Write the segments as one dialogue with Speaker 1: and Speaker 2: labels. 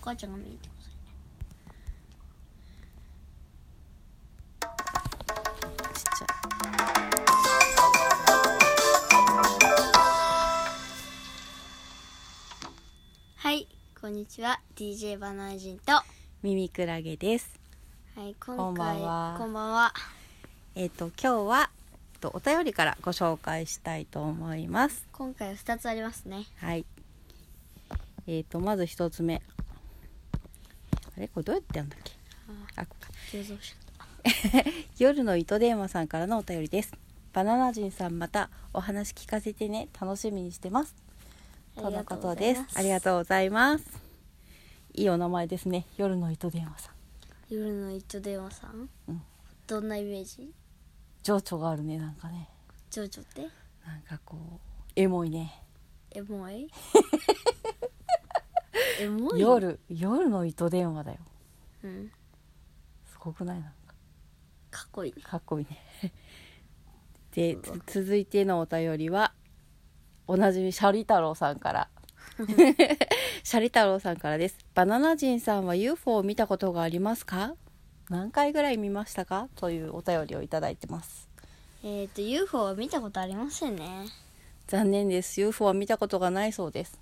Speaker 1: 母ちゃんが見るってことだよね
Speaker 2: ちっちゃい
Speaker 1: はいこんにちは DJ バナージンとは
Speaker 2: 耳クラゲです
Speaker 1: い今回
Speaker 2: こんばんは
Speaker 1: こんばんは
Speaker 2: えっ、と今日はえっとお便りからご紹介したいと思います
Speaker 1: 今回は2つありますね
Speaker 2: はいえっ、とまず一つ目あれこれどうやってやるんだっけあここか
Speaker 1: 急増し方
Speaker 2: 夜の糸電話さんからのお便りですバナナ人さんまたお話聞かせてね楽しみにしてます
Speaker 1: あ
Speaker 2: と
Speaker 1: り
Speaker 2: の
Speaker 1: がう
Speaker 2: ことと
Speaker 1: ござ
Speaker 2: で
Speaker 1: い
Speaker 2: す
Speaker 1: ます
Speaker 2: ありがとうございますいいお名前ですね夜の糸電話さん
Speaker 1: 夜の糸電話さん、
Speaker 2: うん
Speaker 1: どんなイメージ
Speaker 2: 情緒があるねなんかね
Speaker 1: 情緒って
Speaker 2: なんかこうエモいね
Speaker 1: エモ いエモい
Speaker 2: 夜夜の糸電話だよ
Speaker 1: うん
Speaker 2: すごくないなんか
Speaker 1: かっこいいね
Speaker 2: かっこいいね でつ続いてのお便りはおなじみシャリ太郎さんから シャリ太郎さんからですバナナ人さんは UFO を見たことがありますか何回ぐらい見ましたかというお便りをいただいてます
Speaker 1: えっ、と UFO は見たことありませんね
Speaker 2: 残念です UFO は見たことがないそうです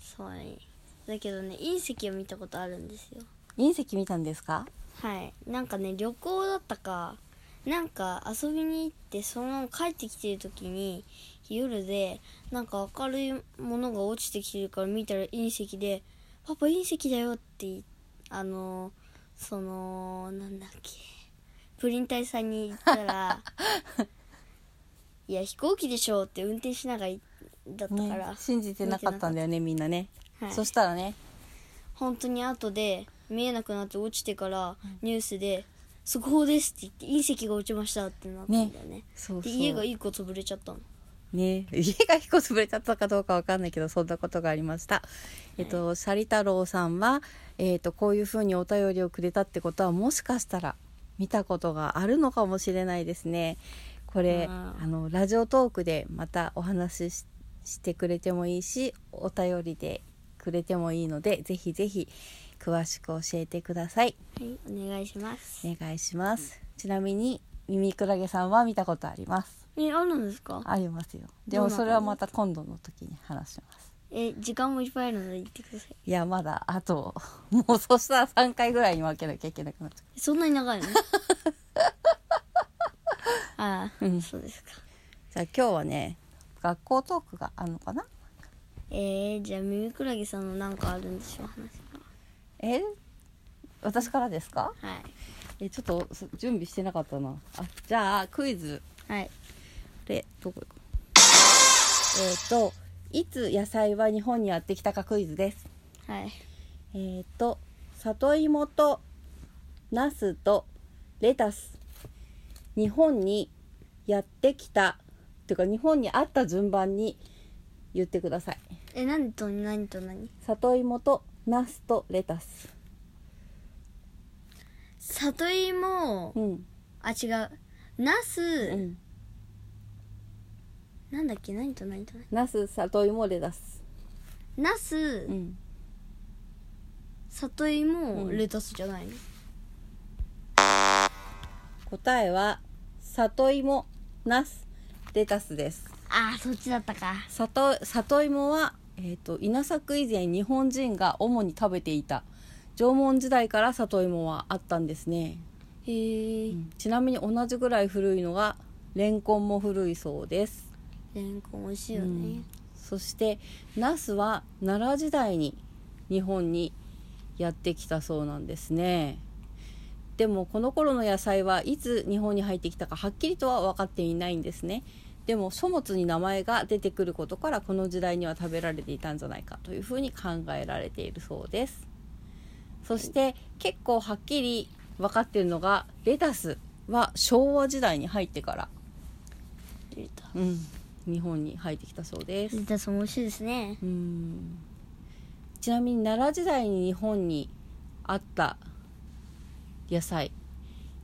Speaker 1: そうねだけどね隕石を見たことあるんですよ
Speaker 2: 隕石見たんですか
Speaker 1: はいなんかね旅行だったかなんか遊びに行ってそのまま帰ってきてる時に夜でなんか明るいものが落ちてきてるから見たら隕石で「パパ隕石だよ」っていあのーそのなんだっけプリン体さんに言ったら「いや飛行機でしょ」って運転しながらいだったから、
Speaker 2: ね、信じてなかったんだよねみんなね、
Speaker 1: はい
Speaker 2: そしたらね
Speaker 1: 本当に後で見えなくなって落ちてからニュースで「速報です」って言って隕石が落ちましたってなったんだよね
Speaker 2: そう
Speaker 1: で
Speaker 2: そう
Speaker 1: 家が一個潰れちゃったの
Speaker 2: ね、家が飛行潰れちゃったかどうかわかんないけどそんなことがありました。えっと、シャリ太郎さんは、えっと、こういうふうにお便りをくれたってことはもしかしたら見たことがあるのかもしれないですね。これ
Speaker 1: あ
Speaker 2: あ
Speaker 1: ー
Speaker 2: のラジオトークでまたお話しししてくれてもいいしお便りでくれてもいいのでぜひぜひ詳しく教えてください。
Speaker 1: はいお願いします
Speaker 2: お願いします。ちなみに耳クラゲさんは見たことあります。
Speaker 1: えあるんですか
Speaker 2: ありますよで
Speaker 1: ど
Speaker 2: も
Speaker 1: んな
Speaker 2: それはまた今度の時に話します
Speaker 1: え時間もいっぱいあるので言ってください
Speaker 2: いやまだあ ともうそしたら3回ぐらいに分けなきゃいけなくなっちゃ
Speaker 1: そんなに長い のああ、そうですか
Speaker 2: うじゃあ今日はね学校トークがあるのかな
Speaker 1: えー、じゃあ耳クラゲさんのなんかあるんでしょう話
Speaker 2: え私からですか
Speaker 1: がはい
Speaker 2: えちょっとそ準備してなかったなあじゃあクイズ
Speaker 1: はい
Speaker 2: でどこ行こうえっ、といつ野菜は日本にやってきたかクイズです
Speaker 1: はい
Speaker 2: えっ、と里芋とナスとレタス日本にやってきたというか日本にあった順番に言ってください
Speaker 1: え何と何と何
Speaker 2: 里芋とナスとレタス
Speaker 1: 里芋を
Speaker 2: うん、
Speaker 1: あ違うナス、
Speaker 2: うん、
Speaker 1: なんだっけ何と何と何
Speaker 2: ナス里芋レタス
Speaker 1: ナス、
Speaker 2: うん
Speaker 1: 里芋、
Speaker 2: うん
Speaker 1: レタスじゃないの
Speaker 2: 答えは里芋ナスレタスです
Speaker 1: ああそっちだったか
Speaker 2: 里里芋は、えー、と稲作以前日本人が主に食べていた縄文時代から里芋はあったんですね
Speaker 1: へえ、
Speaker 2: ちなみに同じぐらい古いのがレンコンも古いそうです、
Speaker 1: レンコン美味しいよ
Speaker 2: う
Speaker 1: ね
Speaker 2: ん、そしてナスは奈良時代に日本にやってきたそうなんですねでもこの頃の野菜はいつ日本に入ってきたかはっきりとは分かっていないんですねでも書物に名前が出てくることからこの時代には食べられていたんじゃないかというふうに考えられているそうですそして結構はっきり分かっているのがレタスは昭和時代に入ってから、
Speaker 1: レタ
Speaker 2: うん、日本に入ってきたそうです
Speaker 1: スレタスも美味しいですね
Speaker 2: うんちなみに奈良時代に日本にあった野菜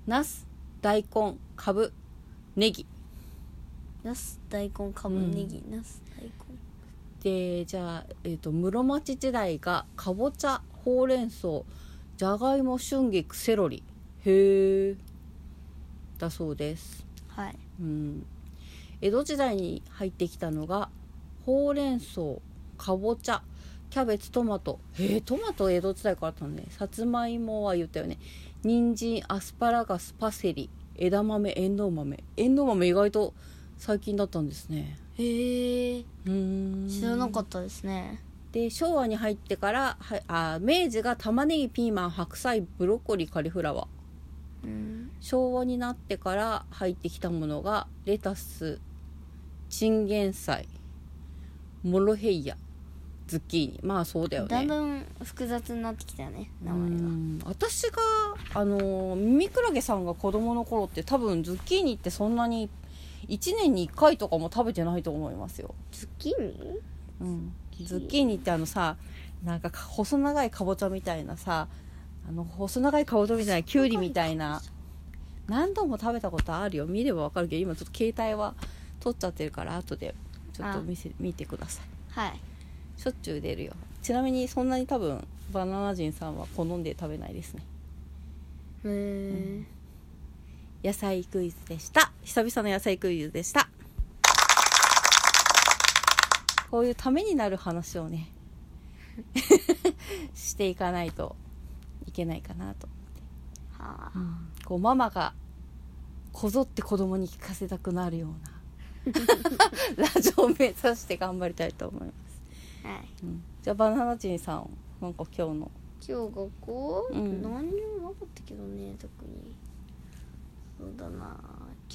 Speaker 2: ナス大根かぶネギ
Speaker 1: ナス大根かぶ
Speaker 2: うん
Speaker 1: ネギ、ナス大根
Speaker 2: でじゃあ、えー、と室町時代がかぼちゃほうれん草じゃがいも春菊セロリへえだそうです、
Speaker 1: はい
Speaker 2: うん、江戸時代に入ってきたのがほうれん草かぼちゃキャベツトマトへえトマト江戸時代からあったのねさつまいもは言ったよね人参アスパラガスパセリ枝豆えんどう豆えんどう豆意外と最近だったんですね
Speaker 1: へえ
Speaker 2: うーん
Speaker 1: 知らなかったですね
Speaker 2: で昭和に入ってからはあ明治が玉ねぎピーマン白菜ブロッコリーカリフラワー
Speaker 1: うん
Speaker 2: 昭和になってから入ってきたものがレタスチンゲン菜モロヘイヤズッキーニまあそうだよね
Speaker 1: だんだん複雑になってきたよね名前
Speaker 2: う
Speaker 1: が
Speaker 2: ん私があのミミクラゲさんが子供の頃って多分ズッキーニってそんなに1年に1回とかも食べてないと思いますよ
Speaker 1: ズッキーニ
Speaker 2: ズッキーニってあのさなんかか細長いかぼちゃみたいなさあの細長いかぼちゃみたいなきゅうりみたいな何度も食べたことあるよ見ればわかるけど今ちょっと携帯は取っちゃってるから後でちょっと見せ見てください
Speaker 1: はい
Speaker 2: しょっちゅう出るよちなみにそんなに多分バナナ人さんは好んで食べないですね
Speaker 1: へえ
Speaker 2: 野菜クイズでした久々の野菜クイズでしたこういうためになる話をね していかないといけないかなと、
Speaker 1: はあ
Speaker 2: こうママがこぞって子供に聞かせたくなるよ うなラジオを目指して頑張りたいと思います、
Speaker 1: はい
Speaker 2: うんじゃあバナナ人さんなんか今日の
Speaker 1: 今日学校、
Speaker 2: うん
Speaker 1: 何にもなかったけどね特にそうだな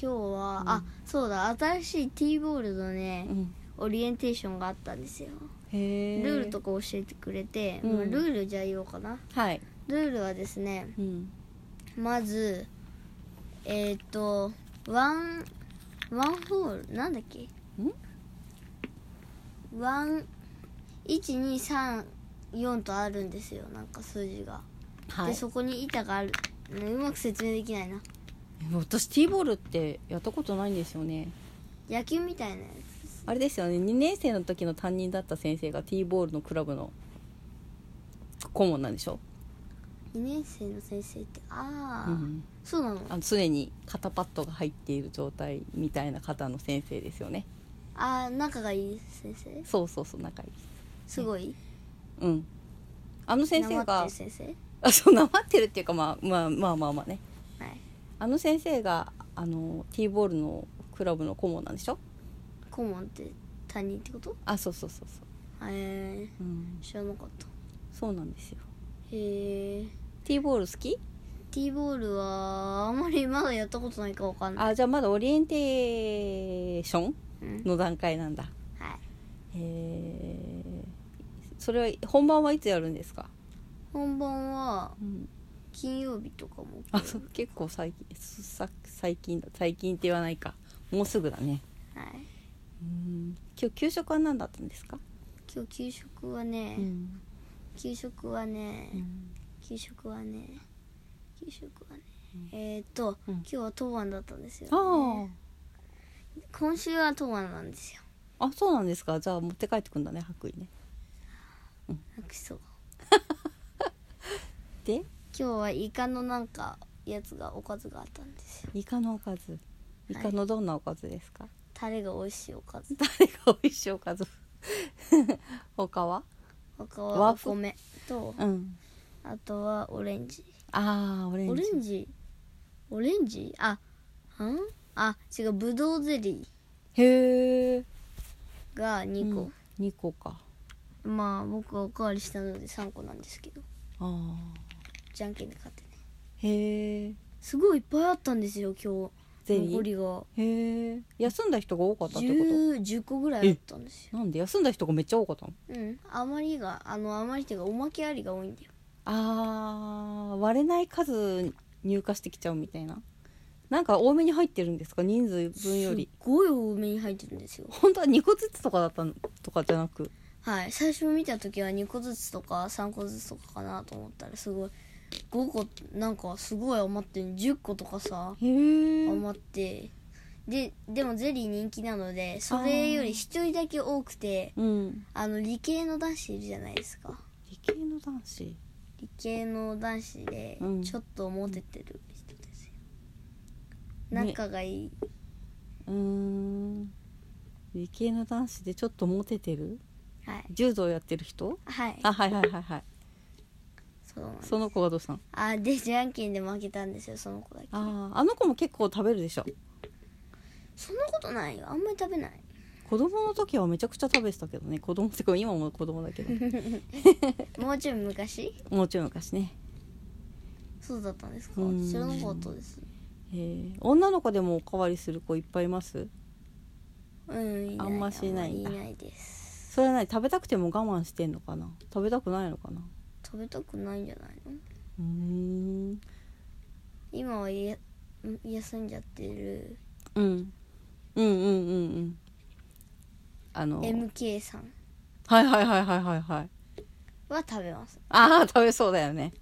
Speaker 1: 今日は、
Speaker 2: うん
Speaker 1: あそうだ新しいティーボールのね、
Speaker 2: うん
Speaker 1: オリエンテーションがあったんですよ
Speaker 2: へ
Speaker 1: ル
Speaker 2: え
Speaker 1: ールとか教えてくれて、
Speaker 2: うん
Speaker 1: まあルールじゃあ言おうかな
Speaker 2: はい、
Speaker 1: ルールはですね
Speaker 2: うん
Speaker 1: まずえっ、とワンワンホールなんだっけワン1234とあるんですよなんか数字が。
Speaker 2: は
Speaker 1: で
Speaker 2: い
Speaker 1: そこに板がある、ねうまく説明できないな
Speaker 2: 私ティーボールってやったことないんですよね
Speaker 1: 野球みたいなや
Speaker 2: あれですよね2年生の時の担任だった先生がティーボールのクラブの顧問なんでしょ、
Speaker 1: つ2年生の先生ってあ
Speaker 2: う
Speaker 1: あ、
Speaker 2: ん、
Speaker 1: そうなの
Speaker 2: あの常に肩パッドが入っている状態みたいな方の先生ですよね
Speaker 1: ああ仲がいい先生
Speaker 2: そうそうそう仲いいです
Speaker 1: すごい
Speaker 2: うんあの先生
Speaker 1: なまって
Speaker 2: が
Speaker 1: る先生
Speaker 2: あそうなまってるっていうか、まあ、まあまあまあまあね
Speaker 1: はい
Speaker 2: あの先生があのティーボールのクラブの顧問なんでしょ
Speaker 1: 顧問って担任ってこと
Speaker 2: あそうそうそうそう、
Speaker 1: へえ
Speaker 2: うん、
Speaker 1: 知らなかった
Speaker 2: そうなんですよ
Speaker 1: へえ
Speaker 2: ティーボール好き
Speaker 1: ティーボールはあんまりまだやったことないかわかんない
Speaker 2: あじゃあまだオリエンテーション
Speaker 1: うん
Speaker 2: の段階なんだ
Speaker 1: はい
Speaker 2: へえそれは本番はいつやるんですか、
Speaker 1: 本番は金曜日とかも
Speaker 2: あそう結構最近さ最近だ最近って言わないかもうすぐだね
Speaker 1: はい
Speaker 2: うん今日給食は何だったんですか、
Speaker 1: 今日給食はね、
Speaker 2: ん
Speaker 1: 給食はね、給食はね給食はね、えーっと、
Speaker 2: うん
Speaker 1: 今日は当番だったんですよ、
Speaker 2: あ
Speaker 1: 今週は当番なんですよ
Speaker 2: ああそうなんですかじゃあ持って帰ってくんだね白衣ね
Speaker 1: なんかそう
Speaker 2: で
Speaker 1: 今日はイカのなんかやつがおかずがあったんですよ
Speaker 2: イカのおかずイカのどんなおかずですか、
Speaker 1: タレが美味しいおかず
Speaker 2: 誰が美味しいおかず他は
Speaker 1: 他
Speaker 2: 和
Speaker 1: はお
Speaker 2: 風
Speaker 1: 米と
Speaker 2: うん
Speaker 1: あとはオレンジ
Speaker 2: ああオレンジ
Speaker 1: オレンジオレンジあんあ違うぶどうゼリ
Speaker 2: へえ
Speaker 1: ーが2個、
Speaker 2: 2個か
Speaker 1: まあ僕はおかわりしたので3個なんですけど
Speaker 2: ああ
Speaker 1: じゃんけんで勝ってね
Speaker 2: へえ
Speaker 1: すごいいっぱいあったんですよ今
Speaker 2: ゼ
Speaker 1: 日
Speaker 2: リ
Speaker 1: 残
Speaker 2: ー
Speaker 1: りが
Speaker 2: へえ休んだ人が多かったってこ
Speaker 1: 10, 10個ぐらいあったんですよ
Speaker 2: となんで休んだ人がめっちゃ多かったの
Speaker 1: うんあまりがあのあまりっていうかおまけありが多いんだよ
Speaker 2: あー割れない数入荷してきちゃうみたいななんか多めに入ってるんですか人数分より
Speaker 1: すっごい多めに入ってるんですよ
Speaker 2: 本当は2個ずつとかだったのとかじゃなく
Speaker 1: はい最初見た時は2個ずつとか3個ずつとかかなと思ったらすごい5個なんかすごい余ってる10個とかさ
Speaker 2: へえ
Speaker 1: 余ってででもゼリー人気なのでそれより1人だけ多くて
Speaker 2: うん
Speaker 1: あの理系の男子いるじゃないですか
Speaker 2: 理系の男子
Speaker 1: 理系の男子で
Speaker 2: うん
Speaker 1: ちょっとモテてる人ですよ、
Speaker 2: ね
Speaker 1: 仲がいい、
Speaker 2: うーん理系の男子でちょっとモテてる
Speaker 1: はい
Speaker 2: 柔道やってる人
Speaker 1: はい
Speaker 2: あはいはいはいはい
Speaker 1: そうなんです
Speaker 2: その子はどうしたの
Speaker 1: あでじゃんけんで負けたんですよその子だけ
Speaker 2: あああの子も結構食べるでしょ
Speaker 1: そんなことないよあんまり食べない
Speaker 2: 子供の時はめちゃくちゃ食べてたけどね子供ってか今も子供だけ ど
Speaker 1: もうちょい昔
Speaker 2: もうちょい昔ね
Speaker 1: そうだったんですか
Speaker 2: うん
Speaker 1: 知らなかったです
Speaker 2: えー女の子でもおかわりする子いっぱいいます
Speaker 1: うんいない
Speaker 2: あんましない
Speaker 1: あん
Speaker 2: ん
Speaker 1: ま
Speaker 2: だ
Speaker 1: りいないです
Speaker 2: それは何食べたくても我慢してんのかな食べたくないのかな
Speaker 1: 食べたくないんじゃないの
Speaker 2: うーん
Speaker 1: 今はやん休んじゃってる
Speaker 2: うんうんうんうんうんあの
Speaker 1: MK さん
Speaker 2: はいはいはいはいはいはい
Speaker 1: は食べます
Speaker 2: ああ食べそうだよね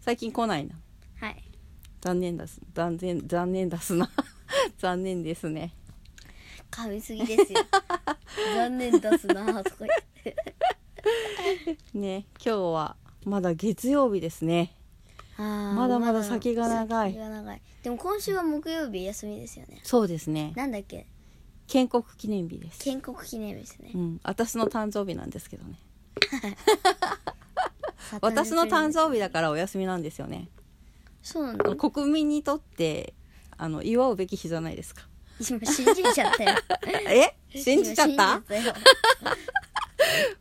Speaker 2: 最近来ないな
Speaker 1: はい
Speaker 2: 残念だす残念残念だすな 残念ですね
Speaker 1: 噛みすぎ ですよ残念出すなとか言って
Speaker 2: ね今日はまだ月曜日ですね
Speaker 1: ま
Speaker 2: まだまだ先が長い
Speaker 1: 先が長いでも今週は木曜日休みですよね
Speaker 2: そうですね
Speaker 1: なんだっけ
Speaker 2: 建国記念日です
Speaker 1: 建国記念日ですね
Speaker 2: うん私の誕生日なんですけどね 私の誕生日だからお休みなんですよね
Speaker 1: そうなん
Speaker 2: あ
Speaker 1: だ
Speaker 2: の国民にとってあの祝うべき日じゃないですか
Speaker 1: 今信じちゃったよ
Speaker 2: え 信じちゃっ
Speaker 1: 今
Speaker 2: た
Speaker 1: 信じちゃっ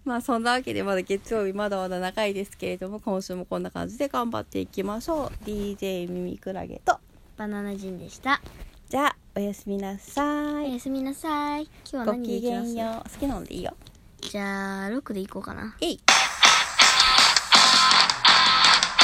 Speaker 2: まあそんなわけでまだ月曜日まだまだ長いですけれども今週もこんな感じで頑張っていきましょう DJ 耳クラゲと
Speaker 1: バナナ人でした
Speaker 2: じゃあおやすみなさ
Speaker 1: お
Speaker 2: い
Speaker 1: やすみなさい今日は
Speaker 2: ご
Speaker 1: 何で
Speaker 2: き
Speaker 1: いき
Speaker 2: げ
Speaker 1: ます
Speaker 2: んよう好きなのでいいよ
Speaker 1: じゃあ6でいこうかな
Speaker 2: えい